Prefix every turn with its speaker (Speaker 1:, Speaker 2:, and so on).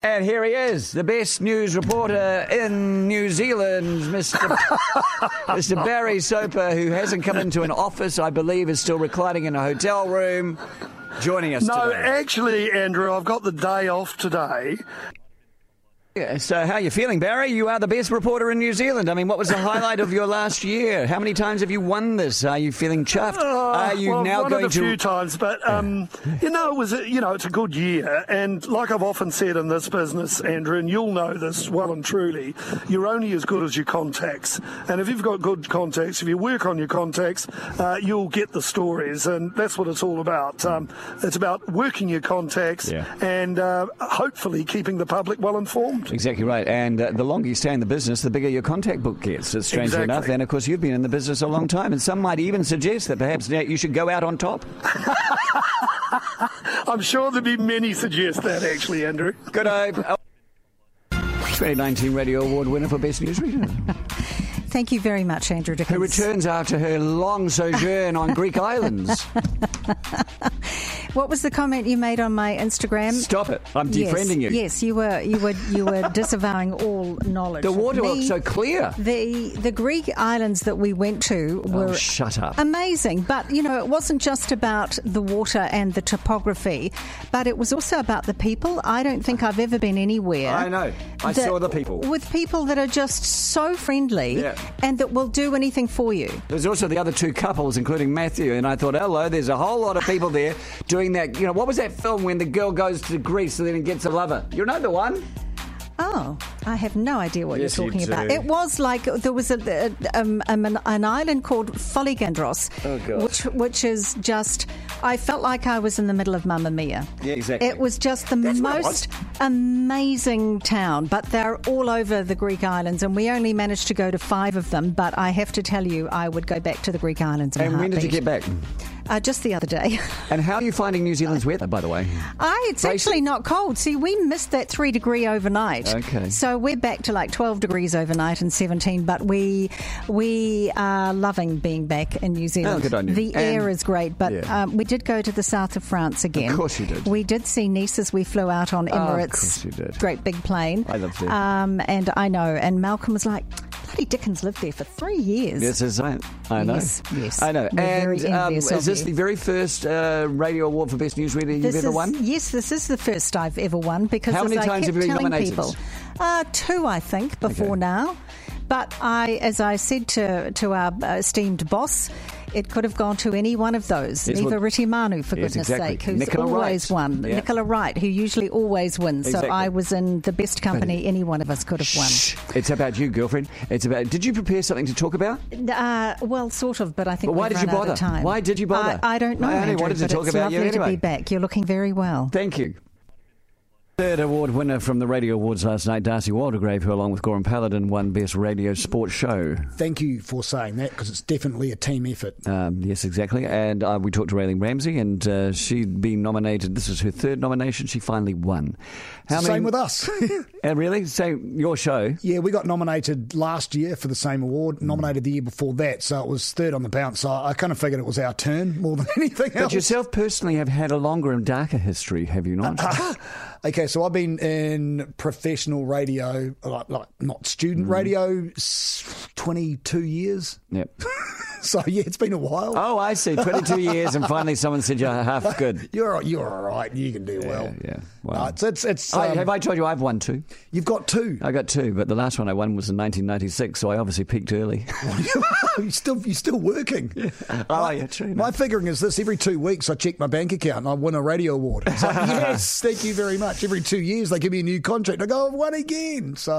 Speaker 1: And here he is, the best news reporter in New Zealand, Mr. Mr. Barry Soper, who hasn't come into an office, I believe, is still reclining in a hotel room, joining us
Speaker 2: No,
Speaker 1: today.
Speaker 2: actually, Andrew, I've got the day off today.
Speaker 1: Yeah,
Speaker 2: eh.
Speaker 1: So, how you feeling, Barry? You are the best reporter in New Zealand. I mean, what was the highlight of your last year? How many times have you won this? Are you feeling chuffed? are you
Speaker 2: Oh, Ah, well,
Speaker 1: Ah, now
Speaker 2: one
Speaker 1: going
Speaker 2: of the
Speaker 1: to?
Speaker 2: few times, but um, you know, it was a, you know, it's a good year, and like I've often said in this business, Andrew, and you'll know this well and truly, you're only as good as your contacts, and if you've got good contacts, if you work on your contacts, uh, you'll get the stories, and that's what it's all about. Um, it's about working your contacts
Speaker 1: Hmm. Yeah.
Speaker 2: and uh, hopefully keeping the public well informed.
Speaker 1: Exactly right. And uh, the longer you stay in the business, the bigger your contact book gets. It's strange
Speaker 2: Exactly.
Speaker 1: enough. And of course, you've been in the business a long time. And some might even suggest that perhaps now you should go out on top.
Speaker 2: I'm sure there'll be many suggest that actually, Andrew.
Speaker 1: Good hope. 2019 Radio Award winner for Best Newsreader,
Speaker 3: Thank you very much, Andrew Dickens.
Speaker 1: who returns after her long sojourn on Greek islands.
Speaker 3: What was the comment you made on my Instagram?
Speaker 1: Stop it. I'm
Speaker 3: Yes,
Speaker 1: defriending you.
Speaker 3: Yes, you were. You were. You were disavowing all knowledge.
Speaker 1: The water
Speaker 3: The-
Speaker 1: looks so clear.
Speaker 3: The the Greek islands that we went to were
Speaker 1: Oh, shut up.
Speaker 3: amazing, but you know it wasn't just about the water and the topography, but it was also about the people. I don't think I've ever been anywhere.
Speaker 1: I know. I
Speaker 3: that-
Speaker 1: saw the people.
Speaker 3: with people that are just so friendly
Speaker 1: Yeah.
Speaker 3: and that will do anything for you.
Speaker 1: There's also the other two couples, including Matthew, and I thought, hello, there's a whole lot of people there doing that. You know, what was that film when the girl goes to Greece and then gets a lover? You know the
Speaker 3: Uh-huh,
Speaker 1: one?
Speaker 3: Oh, I have no idea what
Speaker 1: Yes, you
Speaker 3: you're talking about.
Speaker 1: do.
Speaker 3: It was like there was a, a, um, um, an, an island called Foligandros,
Speaker 1: Oh, God.
Speaker 3: which which is just. I felt like I was in the middle of Mamma Mia.
Speaker 1: Yeah, exactly.
Speaker 3: It was just the
Speaker 1: where it
Speaker 3: most amazing town, but they're all over the Greek islands, and we only managed to go to five of them. But I have to tell you, I would go back to the Greek islands. In a
Speaker 1: And when did you get
Speaker 3: heartbeat.
Speaker 1: back?
Speaker 3: Uh, just the other day.
Speaker 1: And how are you finding New Zealand's weather, by the way?
Speaker 3: Ah, it's
Speaker 1: Racing?
Speaker 3: actually not cold. See, we missed that three degree overnight.
Speaker 1: Okay.
Speaker 3: So we're back to like twelve degrees overnight and seventeen, but we we are loving being back in New Zealand.
Speaker 1: Oh, good on you.
Speaker 3: The
Speaker 1: And-
Speaker 3: air is great, but
Speaker 1: Yeah.
Speaker 3: um, we did go to the south of France again.
Speaker 1: Of course you did. Oh,
Speaker 3: We did see Nice as we flew out on Emirates.
Speaker 1: course you did.
Speaker 3: Great big plane.
Speaker 1: I loved it.
Speaker 3: Um, and I know. And Malcolm was like, "Bloody Dickens lived there for three years."
Speaker 1: Yes, yes, I, I know.
Speaker 3: Yes, yes.
Speaker 1: I know.
Speaker 3: We're very
Speaker 1: and um,
Speaker 3: envious
Speaker 1: is
Speaker 3: of
Speaker 1: this
Speaker 3: you.
Speaker 1: the very first uh, radio award for best newsreader you've
Speaker 3: This
Speaker 1: ever
Speaker 3: is-
Speaker 1: won?
Speaker 3: Yes, this is the first I've ever won because
Speaker 1: How
Speaker 3: as
Speaker 1: many
Speaker 3: I
Speaker 1: times have
Speaker 3: kept
Speaker 1: you been
Speaker 3: telling
Speaker 1: nominated?
Speaker 3: people, uh, two, I think, before
Speaker 1: Okay.
Speaker 3: now. But I, as I said to to our esteemed boss, it could have gone to any one of those.
Speaker 1: Yes, well-
Speaker 3: Eva Ritimanu, for
Speaker 1: Yes,
Speaker 3: goodness
Speaker 1: exactly.
Speaker 3: sake, who's
Speaker 1: Nicola
Speaker 3: always
Speaker 1: Wright.
Speaker 3: won.
Speaker 1: Yeah.
Speaker 3: Nicola Wright, who usually always wins.
Speaker 1: Exactly.
Speaker 3: So I was in the best company any one of us could have won.
Speaker 1: Shh. It's about you, girlfriend. It's about. Did you prepare something to talk about?
Speaker 3: Uh, well, sort of, but I think
Speaker 1: But why
Speaker 3: we've
Speaker 1: did you
Speaker 3: run out of
Speaker 1: bother?
Speaker 3: time.
Speaker 1: Why did you bother?
Speaker 3: I, I don't know.
Speaker 1: I only
Speaker 3: Andrew,
Speaker 1: wanted to
Speaker 3: but
Speaker 1: talk
Speaker 3: it's
Speaker 1: about you
Speaker 3: lovely to
Speaker 1: anyway.
Speaker 3: be back. You're looking very well.
Speaker 1: Thank you. Third award winner from the Radio Awards last night, Darcy Waldegrave, who along with Goran Paladin won Best Radio Sports Show.
Speaker 4: Thank you for saying that because it's definitely a team effort.
Speaker 1: Um, yes, exactly. And uh, we talked to Raylene Ramsey, and uh, she'd been nominated. This is her third nomination. She finally won. How
Speaker 4: Same with us.
Speaker 1: Uh, really? Same your show.
Speaker 4: yeah, we got nominated last year for the same
Speaker 1: Hmm.
Speaker 4: award, nominated the year before that, so it was third on the bounce. So I kind of figured it was our turn more than anything
Speaker 1: But
Speaker 4: else.
Speaker 1: yourself personally have had a longer and darker history, have you not?
Speaker 4: okay, so I've been in professional radio, like, like not student
Speaker 1: Hmm.
Speaker 4: radio, s- 22 years.
Speaker 1: yep.
Speaker 4: So yeah, it's been a while.
Speaker 1: Oh, I see. 22 years, and finally someone said you're half good.
Speaker 4: You're you're all right. You can do well.
Speaker 1: yeah.
Speaker 4: No,
Speaker 1: Wow.
Speaker 4: it's it's, it's
Speaker 1: I,
Speaker 4: um,
Speaker 1: have I told you I've won two?
Speaker 4: you've got two.
Speaker 1: I got two, but the last one I won was in 1996, so I obviously peaked early.
Speaker 4: you still you're still working.
Speaker 1: oh, yeah, true.
Speaker 4: My figuring is this: every two weeks, I check my bank account and I win a radio award. It's like, yes, thank you very much. Every two years, they give me a new contract. I go, I've won again. So.